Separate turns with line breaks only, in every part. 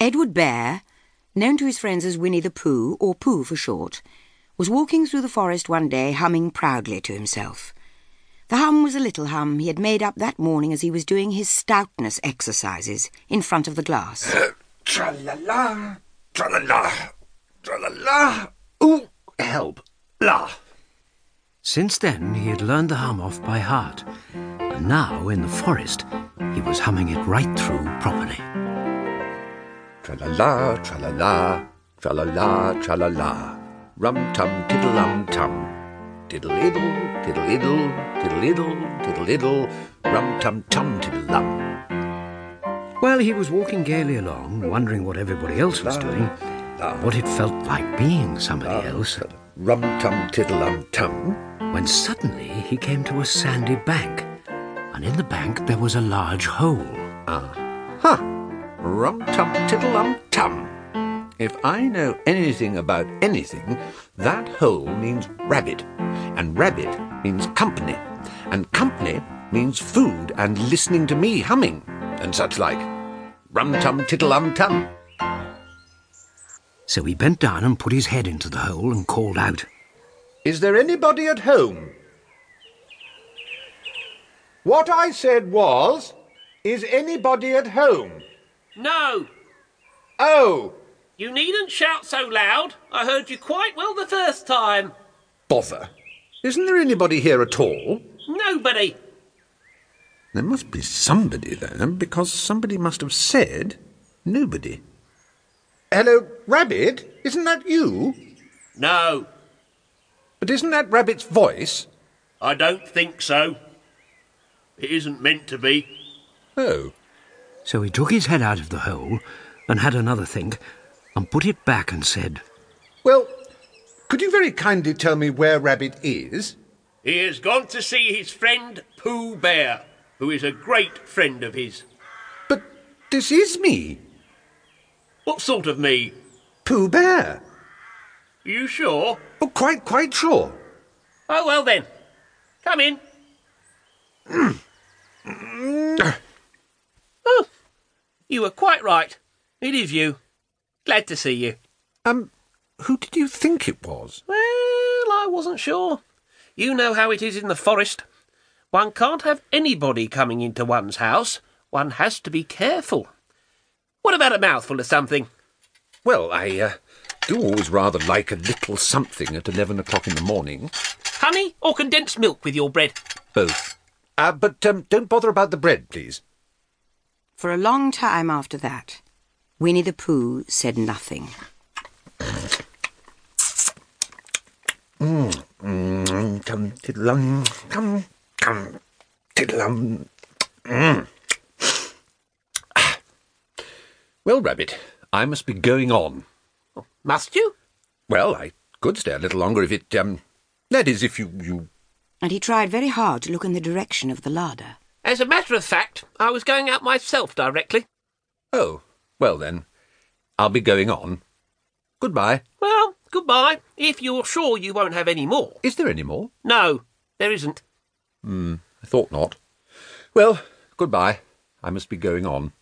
Edward Bear, known to his friends as Winnie the Pooh, or Pooh for short, was walking through the forest one day humming proudly to himself. The hum was a little hum he had made up that morning as he was doing his stoutness exercises in front of the glass.
Tra la la, tra la la, tra la la. Ooh, help, la.
Since then, he had learned the hum off by heart, and now, in the forest, he was humming it right through properly.
Tra la la, tra la la, tra la la, tra la la. Rum tum, tiddle um tum. Diddle iddle, diddle iddle, diddle iddle, diddle iddle. Rum tum tum, tiddle lum.
Well, he was walking gaily along, wondering what everybody else was doing, what it felt like being somebody else,
Rum tum, tiddle um tum.
when suddenly he came to a sandy bank, and in the bank there was a large hole.
Ha! Rum tum tiddle um tum. If I know anything about anything, that hole means rabbit, and rabbit means company, and company means food and listening to me humming, and such like. Rum tum tiddle um tum.
So he bent down and put his head into the hole and called out.
Is there anybody at home? What I said was, is anybody at home?
No,
Oh,
you needn't shout so loud. I heard you quite well the first time.
bother. Isn't there anybody here at all?
Nobody.
There must be somebody there, because somebody must have said nobody. Hello, Rabbit? Isn't that you?
No,
But isn't that Rabbit's voice?
I don't think so. It isn't meant to be.
Oh,
So he took his head out of the hole and had another think and put it back and said,
well, could you very kindly tell me where Rabbit is?
He has gone to see his friend Pooh Bear, who is a great friend of his.
But this is me,
What sort of me?
Pooh Bear.
You sure?
Oh, quite, quite sure.
Oh, well then. Come in. oh, you were quite right. It is you. Glad to see you.
Um, who did you think it was?
Well, I wasn't sure. You know how it is in the forest. One can't have anybody coming into one's house. One has to be careful. What about a mouthful of something?
Well, I uh, do always rather like a little something at eleven o'clock in the morning.
Honey or condensed milk with your bread?
Both. Uh, but um, don't bother about the bread, please.
For a long time after that, Winnie the Pooh said nothing.
Come, Mm, tiddlum, come, come, tiddlum. Mm. Ah. Well, Rabbit, I must be going on.
Must you?
Well, I could stay a little longer if it, um, that is, if you, you,
And he tried very hard to look in the direction of the larder.
As a matter of fact, I was going out myself directly.
oh, well then, I'll be going on. Goodbye.
Well, goodbye, if you're sure you won't have any more.
Is there any more?
No, there isn't.
I thought not. Well, goodbye. I must be going on.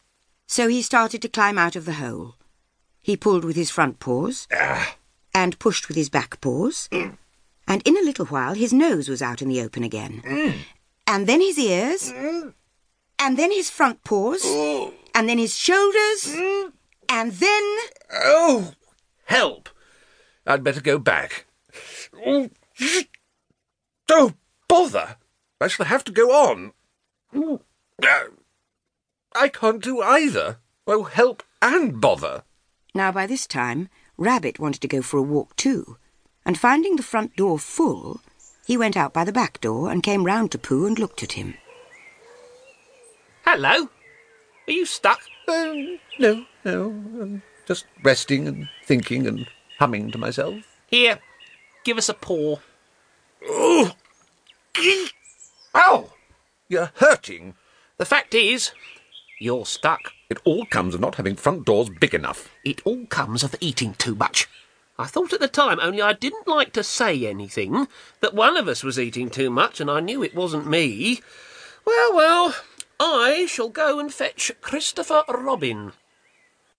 So he started to climb out of the hole. He pulled with his front paws and pushed with his back paws. And in a little while, his nose was out in the open again. And then his ears. And then his front paws. And then his shoulders. And then.
Oh,
Help!
I'd better go back. Mm, Don't bother. I shall have to go on. Uh, I can't do either. Oh, help and bother.
Now, by this time, Rabbit wanted to go for a walk too, and finding the front door full, he went out by the back door and came round to Pooh and looked at him.
Hello? Are you stuck?
Um, no, no. I'm just resting and thinking and humming to myself.
Here, give us a paw.
Ow! You're hurting.
The fact is, you're stuck.
It all comes of not having front doors big enough.
It all comes of eating too much. I thought at the time, only I didn't like to say anything, that one of us was eating too much and I knew it wasn't me. Well, well, I shall go and fetch Christopher Robin,